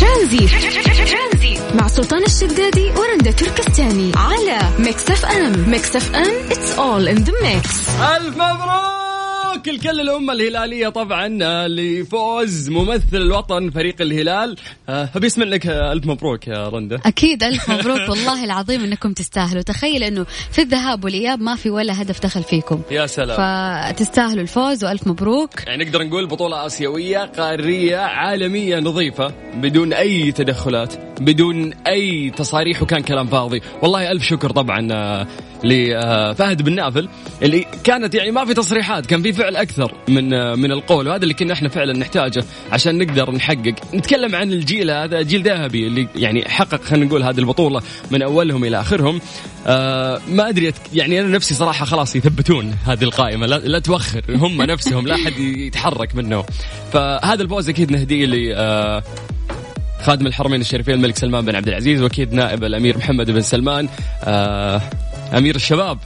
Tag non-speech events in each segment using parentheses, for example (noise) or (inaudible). ترانزيت مع سلطان الشدادي ورندا تركستاني على ميكس اف ام ميكس اف ام اتس اول ان ذا ميكس ألف مبروك الكل الأمة الهلالية طبعا لفوز ممثل الوطن فريق الهلال آه، أبي أسمع لك آه، ألف مبروك يا رندا اكيد الف مبروك (laughs) والله العظيم انكم تستاهلوا تخيل انه في الذهاب والاياب ما في ولا هدف دخل فيكم يا سلام فتستاهلوا الفوز والف مبروك يعني نقدر نقول بطولة آسيوية قارية عالمية نظيفة بدون أي تدخلات بدون أي تصاريح وكان كلام فاضي والله ألف شكر طبعا آه، لفهد بن نافل اللي كانت يعني ما في تصريحات كان في فعل أكثر من آه، من القول وهذا اللي كنا احنا فعلا نحتاجه عشان نقدر نحقق نتكلم عن الجيل هذا جيل ذهبي اللي يعني حقق خلينا نقول هذه البطولة من أولهم إلى آخرهم آه ما أدري أتك- يعني أنا نفسي صراحة خلاص يثبتون هذه القائمة لا, لا توخر هم نفسهم لا حد يتحرك منهم فهذا الفوز أكيد نهديه ل آه، خادم الحرمين الشريفين الملك سلمان بن عبد العزيز واكيد نائب الامير محمد بن سلمان آه امير الشباب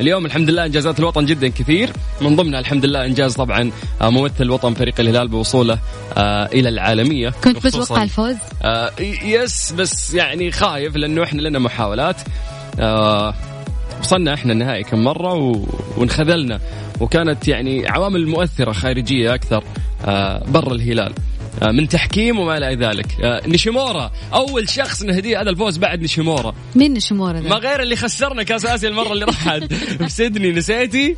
اليوم الحمد لله انجازات الوطن جدا كثير من ضمنها الحمد لله انجاز طبعا آه، ممثل وطن فريق الهلال بوصوله آه الى العالميه كنت وخصوصاً- بتوقع الفوز آه يس بس يعني خايف لانه احنا لنا محاولات آه وصلنا احنا النهائي كم مره و... وانخذلنا وكانت يعني عوامل مؤثره خارجيه اكثر آه برا الهلال آه، من تحكيم وما الى ذلك آه، نشيمورا اول شخص نهديه هذا الفوز بعد نشيمورا مين الشمورة ما ذا غير اللي خسرنا كاس اسيا المره اللي (laughs) راحت في سيدني نسيتي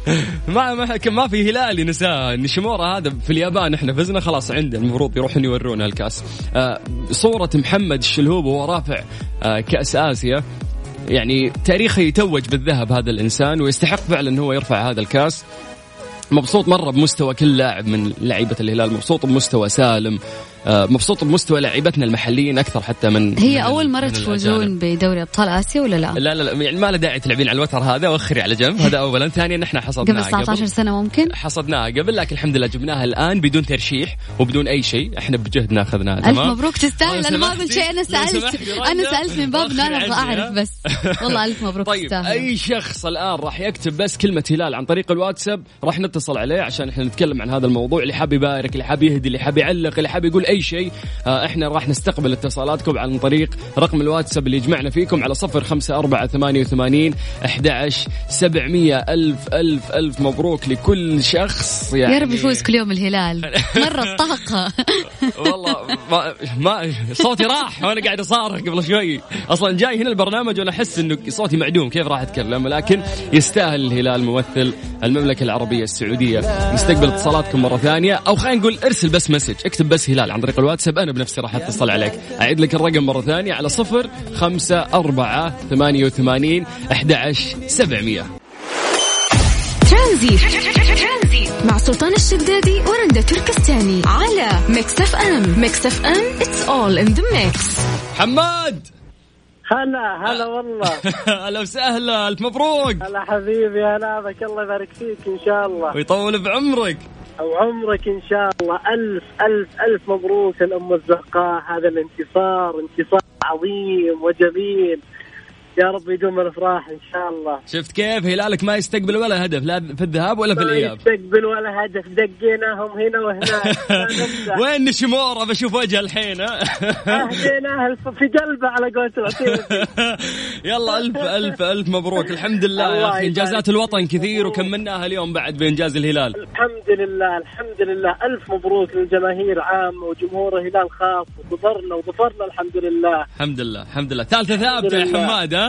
ما ما كان ما في هلالي نساه نشيمورا هذا في اليابان احنا فزنا خلاص عنده المفروض يروحون يورونا الكاس آه صوره محمد الشلهوب وهو رافع آه كاس اسيا يعني تاريخه يتوج بالذهب هذا الانسان ويستحق فعلا ان هو يرفع هذا الكاس مبسوط مره بمستوى كل لاعب من لعيبه الهلال مبسوط بمستوى سالم آه، مبسوط بمستوى لعيبتنا المحليين اكثر حتى من من- هي اول مرة من الأجانب. تفوزون بدوري ابطال اسيا ولا لا؟ لا لا لا يعني ما له داعي تلعبين على الوتر هذا واخري على جنب هذا اولا ثانيا احنا قبل حصدناها 19 سنة ممكن؟ حصدناها قبل لكن الحمد لله جبناها الان بدون ترشيح وبدون اي شيء احنا بجهدنا اخذناها ألف تمام مبروك تستاهل لو أنا ما سمحتي- قلت شيء أنا لو سألت سمحتي رندا، أنا سألت من باب إنه أنا أخري أبغى عندي، أعرف ها؟ (laughs) بس والله ألف مبروك طيب تستاهل اي شخص الان راح يكتب بس كلمه هلال عن طريق الواتساب راح نتصل عليه عشان احنا نتكلم عن هذا الموضوع اللي حاب يبارك اللي حاب يهدي اللي حاب يعلق اللي حاب يقول اي شيء آه، احنا راح نستقبل اتصالاتكم عن طريق رقم الواتساب اللي يجمعنا فيكم على صفر خمسة أربعة ثمانية وثمانين أحدعش سبعمية ألف ألف ألف مبروك لكل شخص يعني يا رب يفوز كل يوم (laughs) الهلال مرة الطاقة والله ما, ما صوتي راح وانا قاعد اصارخ قبل شوي اصلا جاي هنا البرنامج وانا احس انه صوتي معدوم كيف راح اتكلم لكن يستاهل الهلال ممثل المملكه العربيه السعوديه نستقبل اتصالاتكم مره ثانيه او خلينا نقول ارسل بس مسج اكتب بس هلال عن طريق الواتساب انا بنفسي راح اتصل عليك اعيد لك الرقم مره ثانيه على صفر خمسة أربعة ثمانية وثمانين أحد عشر سبعمية ترانزيت مع سلطان الشدادي ورندا تركستاني على ميكس اف ام ميكس اف ام اتس اول ان ذا ميكس حماد (laughs) هلا هلا والله اهلا وسهلا الف مبروك هلا حبيبي هلا بك الله يبارك فيك ان شاء الله ويطول بعمرك وعمرك ان شاء الله الف الف الف مبروك الام الزقاء هذا الانتصار انتصار عظيم وجميل يا رب يدوم الافراح ان شاء الله شفت كيف هلالك ما يستقبل ولا هدف لا في الذهاب ولا في طيب. (laughs) الاياب يستقبل ولا هدف دقيناهم هنا وهناك ما نمزح. (laughs) وين نشمورة بشوف وجهه الحين (laughs) ها؟ اهديناه الف- في قلبه على قولة العتيبي يلا الف الف الف مبروك الحمد لله يا الله اخي انجازات يبارك الوطن فيك. كثير وكملناها اليوم بعد بانجاز الهلال الحمد لله الحمد لله الف مبروك للجماهير عامه وجمهور الهلال خاص وظفرنا وظفرنا الحمد لله الحمد لله الحمد لله ثالثة ثابتة يا لله. حماد ها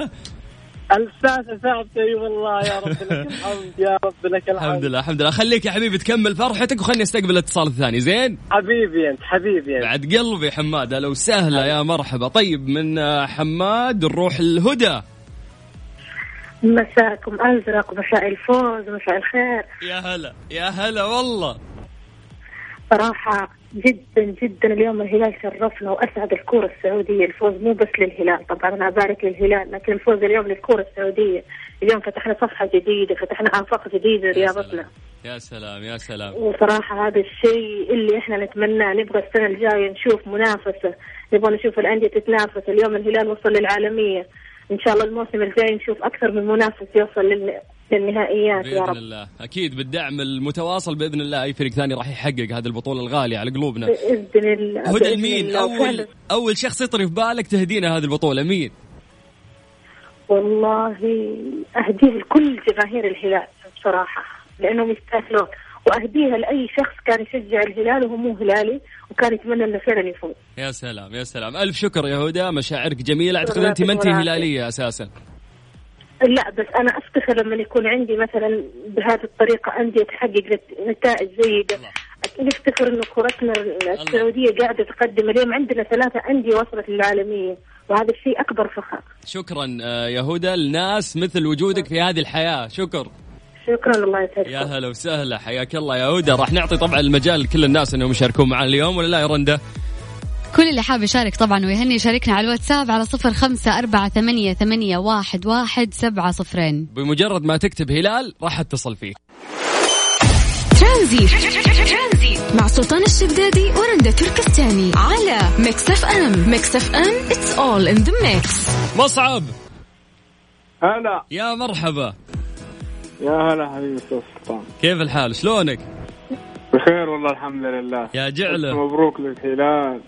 الساسة ثابتة اي والله يا رب (laughs) لك الحمد يا رب لك الحمد الحمد لله الحمد لله خليك يا حبيبي تكمل فرحتك وخلني استقبل الاتصال الثاني زين طيب. حبيبي انت حبيبي انت بعد قلبي حماد لو سهلة يا مرحبا طيب من آه، حماد نروح الهدى مساكم أزرق ومساء الفوز ومساء الخير يا هلا يا هلا والله صراحة جدا جدا اليوم الهلال شرفنا وأسعد الكرة السعودية الفوز مو بس للهلال طبعا أنا أبارك للهلال لكن الفوز اليوم للكرة السعودية اليوم فتحنا صفحة جديدة فتحنا آفاق جديدة لرياضتنا يا سلام يا سلام وصراحة هذا الشيء اللي احنا نتمناه نبغى السنة الجاية نشوف منافسة نبغى نشوف الأندية تتنافس اليوم الهلال وصل للعالمية إن شاء الله الموسم الجاي نشوف أكثر من منافس يوصل لل... للنهائيات يا باذن رب الله اكيد بالدعم المتواصل باذن الله اي فريق ثاني راح يحقق هذه البطوله الغاليه على قلوبنا باذن الله هدى بإذن مين الله. اول اول شخص يطري في بالك تهدينا هذه البطوله مين والله اهديه لكل جماهير الهلال بصراحه لانهم يستاهلون واهديها لاي شخص كان يشجع الهلال وهو مو هلالي وكان يتمنى انه فعلا يفوز يا سلام يا سلام الف شكر يا هدى مشاعرك جميله اعتقد الله انت ما انت يعطيك العافية. هلاليه اساسا لا بس انا افتخر لما يكون عندي مثلا بهذه الطريقه انديه تحقق نت- نتائج جيده نفتخر ان كرتنا السعوديه قاعده تقدم اليوم عندنا ثلاثه انديه وصلت للعالميه وهذا الشيء اكبر فخر شكرا آه، يا هدى لناس مثل وجودك في هذه الحياه شكر شكرا الله يسعدك يا هلا وسهلا حياك الله يا هدى راح نعطي طبعا المجال لكل الناس انهم يشاركون معنا اليوم ولا لا يا رنده كل اللي حاب يشارك طبعا ويهني يشاركنا على الواتساب على صفر خمسة أربعة ثمانية, ثمانية واحد, واحد سبعة صفرين بمجرد ما تكتب هلال راح اتصل فيك ترانزي مع سلطان الشدادي ورندا تركستاني على ميكس اف ام ميكس اف ام اتس اول ان ذا ميكس مصعب هلا يا مرحبا يا هلا حبيبي استاذ سلطان كيف الحال شلونك بخير والله الحمد لله يا ألف جعله مبروك للهلال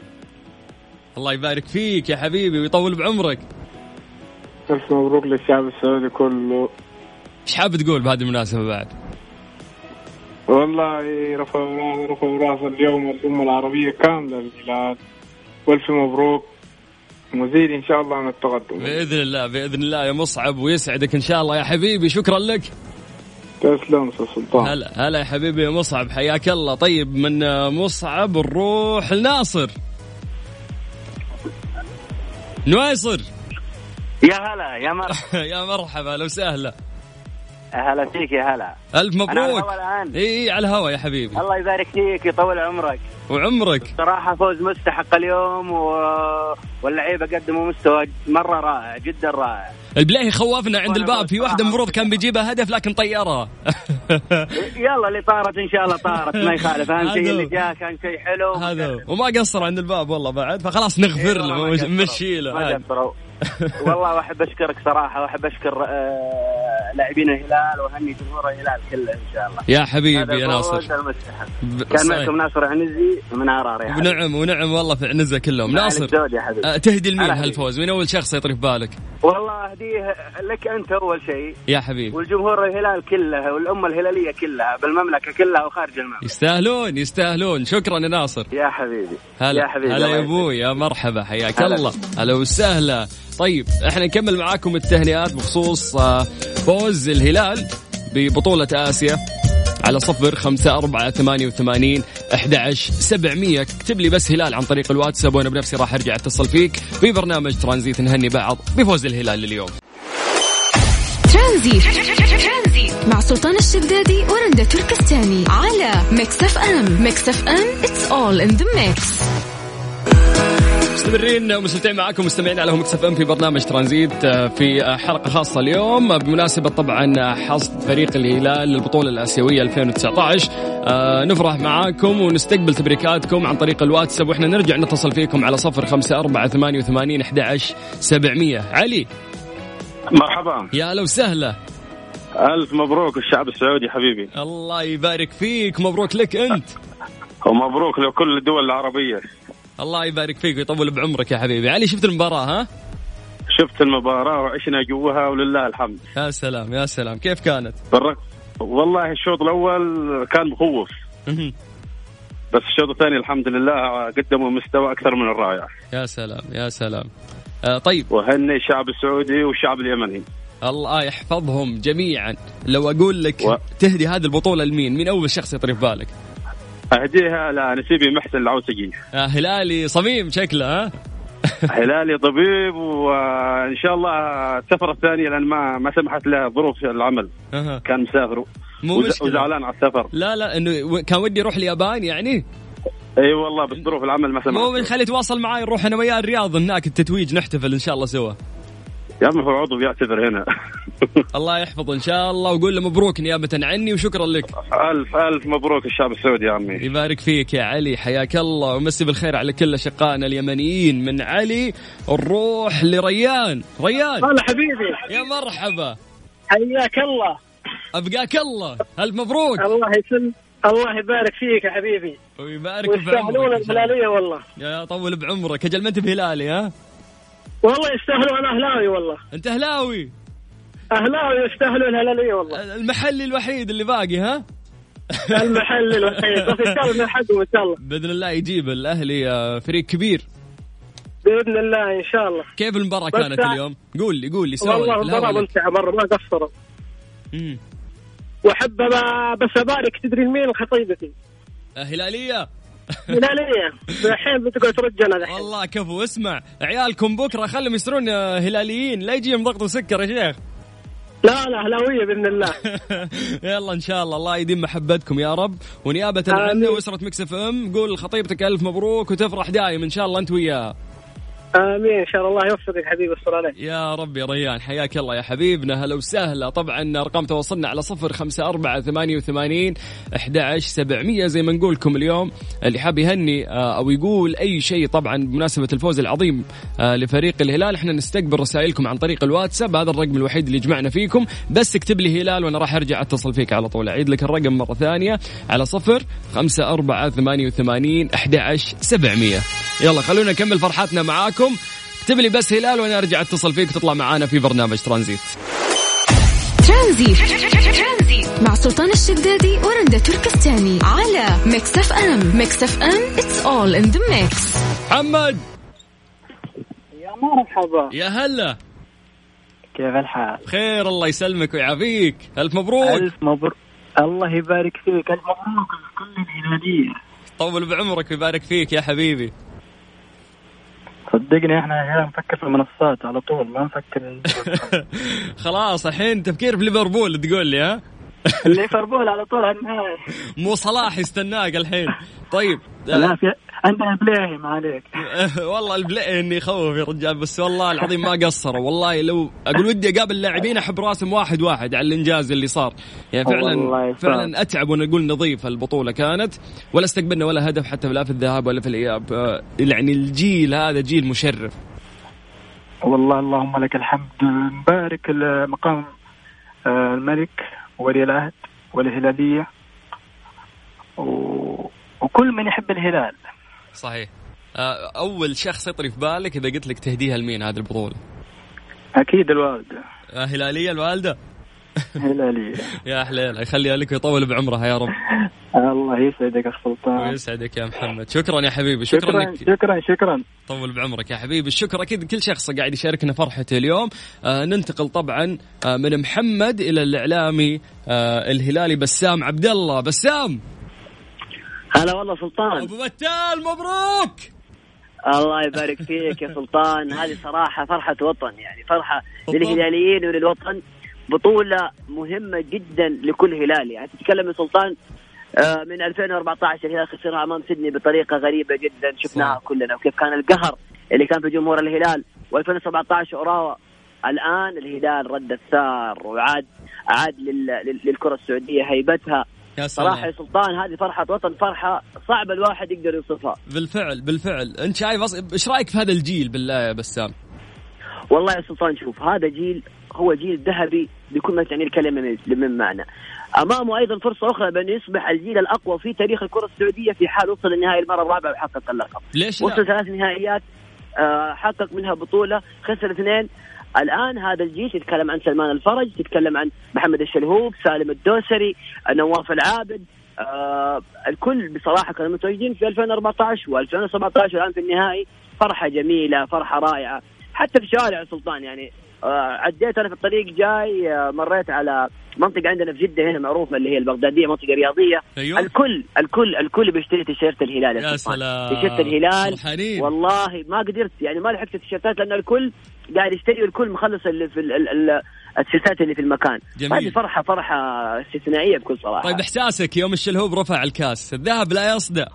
الله يبارك فيك يا حبيبي ويطول بعمرك ألف مبروك للشعب السعودي كله ايش حاب تقول بهذه المناسبه بعد والله رفعوا راس رفعوا راس اليوم الأمة العربية كاملة للهلال وألف مبروك مزيد إن شاء الله من التقدم باذن الله باذن الله يا مصعب ويسعدك ان شاء الله يا حبيبي شكرا لك تسلم أستاذ سلطان هلا هلا يا حبيبي يا مصعب حياك الله طيب من آه، مصعب نروح لناصر نواصر (laughs) يا هلا يا مرحبا يا مرحبا لو سهلا هلا فيك يا هلا الف أنا على مبروك الهوا الآن. اي على الهوا يا حبيبي الله يبارك فيك يطول عمرك وعمرك صراحة فوز مستحق اليوم و... واللعيبة قدموا مستوى مره رائع جدا رائع البلاهي خوفنا عند الباب في واحده المفروض كان بيجيبها هدف لكن طيرها (laughs) يلا اللي طارت ان شاء الله طارت ما يخالف اهم هذا شيء هو. (laughs) اللي جاء كان شيء حلو هذا هو. وما قصر عند الباب والله بعد فخلاص نغفر إيه، له والله ما قصروا. ونمشي له ما عاد. (laughs) قصروا والله واحب اشكرك صراحة واحب اشكر آه، لاعبين الهلال واهني جمهور الهلال كله ان شاء الله يا حبيبي هذا يا ناصر الفوز المستحق ب- كان صحيح. معكم ناصر عنزي من عرار يا حبيبي ونعم ونعم والله في عنزه كلهم مع ناصر الزود يا حبيبي آه، تهدي لمين هلا حبيبي. هالفوز من اول شخص يطري في بالك والله اهديه لك انت اول شيء يا حبيبي والجمهور الهلال كله والامه الهلاليه كلها بالمملكه كلها وخارج المملكه يستاهلون يستاهلون شكرا يا ناصر يا حبيبي هلا يا حبيبي هلا الله يا يسعدك. ابوي يا مرحبا حياك هلا. الله هلا وسهلا طيب احنا نكمل معاكم التهنئات بخصوص آه، فوز الهلال ببطولة آسيا على صفر خمسة أربعة ثمانية وثمانين أحد عشر سبعمية اكتب لي بس هلال عن طريق الواتساب وأنا بنفسي راح أرجع أتصل فيك في برنامج ترانزيت نهني بعض بفوز الهلال اليوم ترانزي مع سلطان الشدادي ورندا تركستاني على ميكس اف ام ميكس اف ام اتس اول ان ذا ميكس مستمرين ومستمتعين معاكم مستمعين على هم اف ام في برنامج ترانزيت آه، في آه، حلقه خاصه اليوم آه، بمناسبه طبعا آه، حصد فريق الهلال للبطوله الاسيويه 2019 آه، نفرح معاكم ونستقبل تبريكاتكم عن طريق الواتساب واحنا نرجع نتصل فيكم على 054 11 700 علي مرحبا يا لو سهله الف نعم. مبروك الشعب السعودي حبيبي الله يبارك فيك مبروك لك انت (laughs) ومبروك لكل الدول العربيه الله يبارك فيك ويطول بعمرك يا حبيبي علي شفت المباراه ها شفت المباراه وعشنا جوها ولله الحمد يا سلام يا سلام كيف كانت بالرغم والله الشوط الاول كان مخوف بس الشوط الثاني الحمد لله قدموا مستوى اكثر من الرائع يا سلام يا سلام آه طيب وهني الشعب السعودي والشعب اليمني الله يحفظهم جميعا لو اقول لك و- تهدي هذه البطوله لمين مين اول شخص يطري في بالك اهديها لنسيبي محسن (laughs) العوسقي آه هلالي صميم شكله ها هلالي طبيب وان شاء الله السفره الثانيه لان ما ما سمحت له ظروف العمل أها. كان مسافر مو وز- مشكلة. وزعلان على السفر لا لا انه و- كان ودي يروح اليابان يعني اي أيوة والله بس ظروف العمل ما سمحت مو من خليه يتواصل معي نروح انا وياه الرياض هناك التتويج نحتفل ان شاء الله سوا يا عمي هو عضو يعتذر هنا (laughs) الله يحفظه ان شاء الله وقول له مبروك نيابه عني وشكرا لك الف الف مبروك الشعب السعودي يا عمي يبارك فيك يا علي حياك الله ومسي بالخير على كل اشقائنا اليمنيين من علي نروح لريان ريان هلا حبيبي يا مرحبا حياك الله ابقاك الله الف مبروك الله يسلم الله يبارك فيك يا حبيبي ويبارك في ويستاهلون عمرك إن شاء الله. الهلاليه والله يا طول بعمرك اجل ما انت بهلالي ها والله يستاهلون الاهلاوي والله انت هلاوي اهلاوي يستاهلون الهلاليه والله المحلي الوحيد اللي باقي ها المحل الوحيد بس ان شاء الله نلحقهم ان شاء الله باذن الله يجيب الاهلي آه، فريق كبير باذن الله ان شاء الله كيف المباراه بس كانت آه، اليوم قول لي قول لي سوي والله لا المباراه ولا. ممتعه مره ما قصروا مم. واحب أبا- بس ابارك تدري مين (laughs) خطيبتي آه، هلاليه هلاليه الحين بتقعد ترجنا الحين والله كفو اسمع عيالكم بكره خلهم يصيرون آه، هلاليين لا يجيهم ضغط وسكر يا شيخ (laughs) لا لا اهلاويه باذن الله يلا ان شاء الله الله يديم محبتكم يا رب ونيابه عنا آمين. واسره مكس اف ام قول لخطيبتك الف مبروك وتفرح دايم ان شاء الله انت وياها امين ان شاء الله يوفقك حبيبي الصلاة عليك يا رب يا ريان حياك الله يا حبيبنا هلا وسهلا طبعا ارقام تواصلنا على صفر خمسة أربعة ثمانية وثمانين أحد عشر سبعمية زي ما نقولكم اليوم اللي حاب يهني آه، أو يقول أي شيء طبعا بمناسبة الفوز العظيم آه، لفريق الهلال احنا نستقبل رسائلكم عن طريق الواتساب هذا الرقم الوحيد اللي يجمعنا فيكم بس اكتب لي هلال وأنا راح أرجع أتصل فيك على طول أعيد لك الرقم مرة ثانية على صفر خمسة أربعة ثمانية وثمانين أحد عشر سبعمية يلا خلونا نكمل فرحتنا معاكم اكتب لي بس هلال وانا ارجع اتصل فيك وتطلع معانا في برنامج ترانزيت ترانزي مع سلطان الشدادي ورندا تركستاني على ميكس اف ام ميكس اف ام اتس اول ان ذا ميكس محمد يا مرحبا يا هلا كيف الحال؟ خير الله يسلمك ويعافيك الف مبروك مبروك الله يبارك فيك الف مبروك لكل الهلاليه طول بعمرك ويبارك فيك يا حبيبي صدقني احنا هنا نفكر في المنصات على طول ما نفكر خلاص الحين تفكير في ليفربول تقول لي ها ليفربول على طول على النهايه مو صلاح يستناك الحين طيب لا في عندنا بلاهي عليك (laughs) والله البلاي اني يخوف يا رجال بس والله العظيم ما قصروا والله لو اقول ودي اقابل لاعبين احب راسم واحد واحد على الانجاز اللي صار يعني والله فعلا يسعدك. فعلا اتعب وانا اقول نظيفه البطوله كانت ولا استقبلنا ولا هدف حتى لا في الذهاب ولا في الاياب آه، يعني الجيل هذا جيل مشرف والله اللهم لك الحمد نبارك مقام آه، الملك وولي العهد والهلاليه و... وكل من يحب الهلال صحيح آه، اول شخص يطري في بالك اذا قلت لك تهديها لمين هذه البطوله اكيد الوالده آه، هلاليه الوالده هلاليه يا حليل يخليها لك ويطول بعمرها يا رب الله يسعدك اخ سلطان ويسعدك يا محمد شكرا يا حبيبي شكرا شكرا انك شكرا شكرا طول بعمرك يا حبيبي الشكر اكيد كل شخص قاعد يشاركنا فرحته اليوم آه ننتقل طبعا آه من محمد الى الاعلامي آه الهلالي بسام عبد الله بسام هلا والله سلطان ابو بتال مبروك الله يبارك فيك يا سلطان هذه صراحة فرحة وطن يعني فرحة بالضبط. للهلاليين وللوطن بطولة مهمة جدا لكل هلالي يعني تتكلم يا سلطان آه، من 2014 الهلال خسرها امام سيدني بطريقه غريبه جدا شفناها صح. كلنا وكيف كان القهر اللي كان في جمهور الهلال و2017 اوراوا الان الهلال رد الثار وعاد عاد لل- لل- للكره السعوديه هيبتها يا صراحه يا سلام سلطان هذه فرحه وطن فرحه صعب الواحد يقدر يوصفها بالفعل بالفعل انت شايف أص- ايش رايك في هذا الجيل بالله يا بسام والله يا سلطان شوف هذا جيل هو جيل ذهبي بكل ما تعني الكلمه من- من معنى. امامه ايضا فرصه اخرى بان يصبح الجيل الاقوى في تاريخ الكره السعوديه في حال وصل النهائي المره الرابعه وحقق اللقب. ليش وصل لا ثلاث نهائيات آه، حقق منها بطوله خسر اثنين الان هذا الجيل تتكلم عن سلمان الفرج تتكلم عن محمد الشلهوب سالم الدوسري نواف العابد آه الكل بصراحه كانوا متواجدين في 2014 و2017 والان في النهائي فرحه جميله فرحه رائعه حتى في شوارع سلطان يعني آه عديت انا في الطريق جاي آه مريت على منطقه عندنا في جده هنا معروفه اللي هي البغداديه منطقه رياضيه ايوه الكل الكل الكل بيشتري تيشيرت الهلال يا سلطان. سلام تيشيرت الهلال فرحانين والله ما قدرت يعني ما لحقت التيشيرتات لان الكل قاعد يشتري والكل مخلص اللي في ال- ال- ال- التيشيرتات اللي في المكان طيب، جميل. هذه فرحه فرحه استثنائيه بكل صراحه طيب احساسك يوم الشلهوب رفع الكاس الذهب لا يصدع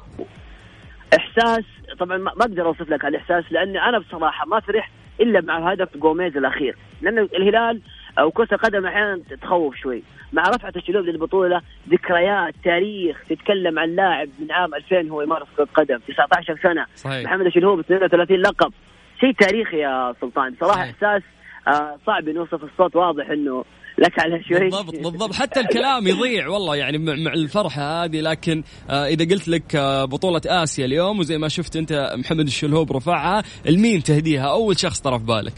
احساس طبعا ما ما اقدر اوصف لك الاحساس لاني انا بصراحه ما فرحت الا مع هدف جوميز الاخير لان الهلال او كره القدم احيانا تخوف شوي مع رفعه الشلوب للبطوله ذكريات تاريخ تتكلم عن لاعب من عام 2000 هو يمارس كره قدم 19 سنه صحيح محمد الشلهوب 32 لقب شيء تاريخي يا سلطان صراحه صحيح. احساس آه، صعب نوصف الصوت واضح انه لك على شوي بالضبط بالضبط حتى الكلام يضيع والله يعني مع مع الفرحه هذه لكن آه، اذا قلت لك آه، بطوله اسيا اليوم وزي ما شفت انت محمد الشلهوب رفعها المين تهديها اول شخص طرف بالك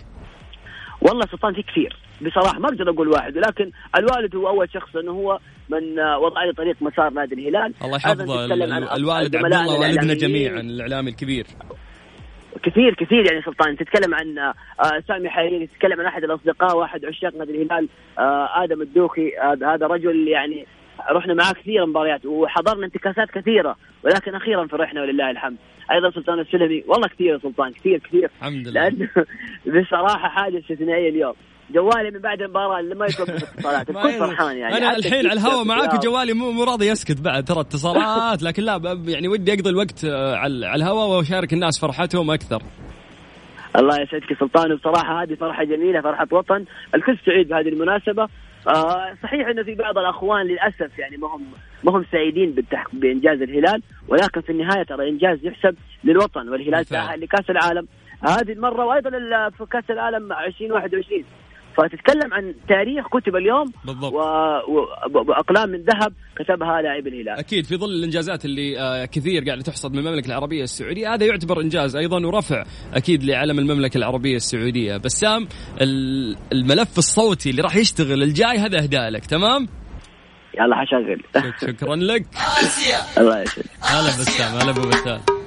والله سلطان في كثير بصراحه ما اقدر اقول واحد ولكن الوالد هو اول شخص انه هو من آه، وضع لي طريق مسار نادي الهلال الله أيضاً يحفظه تتكلم ال- عن ال- الوالد عبد زملائنا الله والدنا الإعلاميين. جميعا الاعلامي الكبير كثير كثير يعني سلطان تتكلم عن آه، آه، سامي حريري تتكلم عن احد الاصدقاء واحد عشاق نادي الهلال آه، ادم الدوخي آه، هذا رجل يعني رحنا معاه كثير مباريات وحضرنا انتكاسات كثيره ولكن اخيرا فرحنا ولله الحمد ايضا سلطان السلمي والله كثير يا سلطان كثير كثير الحمد لله لانه بصراحه حاجه استثنائيه اليوم جوالي من بعد المباراه (laughs) لما يتوقف الاتصالات ما الكل يضر. فرحان يعني انا حتى الحين على الهواء معاك الرياض. وجوالي مو مو راضي يسكت بعد ترى (laughs) اتصالات لكن لا ب- يعني ودي اقضي الوقت آه، على على الهواء واشارك الناس فرحتهم اكثر الله يسعدك يا سلطان بصراحة هذه فرحة جميلة فرحة وطن الكل سعيد بهذه المناسبة آه صحيح أنه في بعض الأخوان للأسف يعني ما هم ما هم سعيدين بالتحق بإنجاز الهلال ولكن في النهاية ترى إنجاز يحسب للوطن والهلال بالفعل. تأهل لكأس العالم هذه المرة وأيضا ال- في كأس العالم 2021 فتتكلم عن تاريخ كتب اليوم بالضبط و... و... وأقلام من ذهب كتبها لاعب الهلال اكيد في ظل الانجازات اللي آه، كثير قاعده تحصد من المملكه العربيه السعوديه هذا يعتبر انجاز ايضا ورفع اكيد لعلم المملكه العربيه السعوديه بسام ال- الملف الصوتي اللي راح يشتغل الجاي هذا اهداء لك تمام يلا حشغل شكرا لك (laughs) الله يسعدك هلا بسام هلا ابو بسام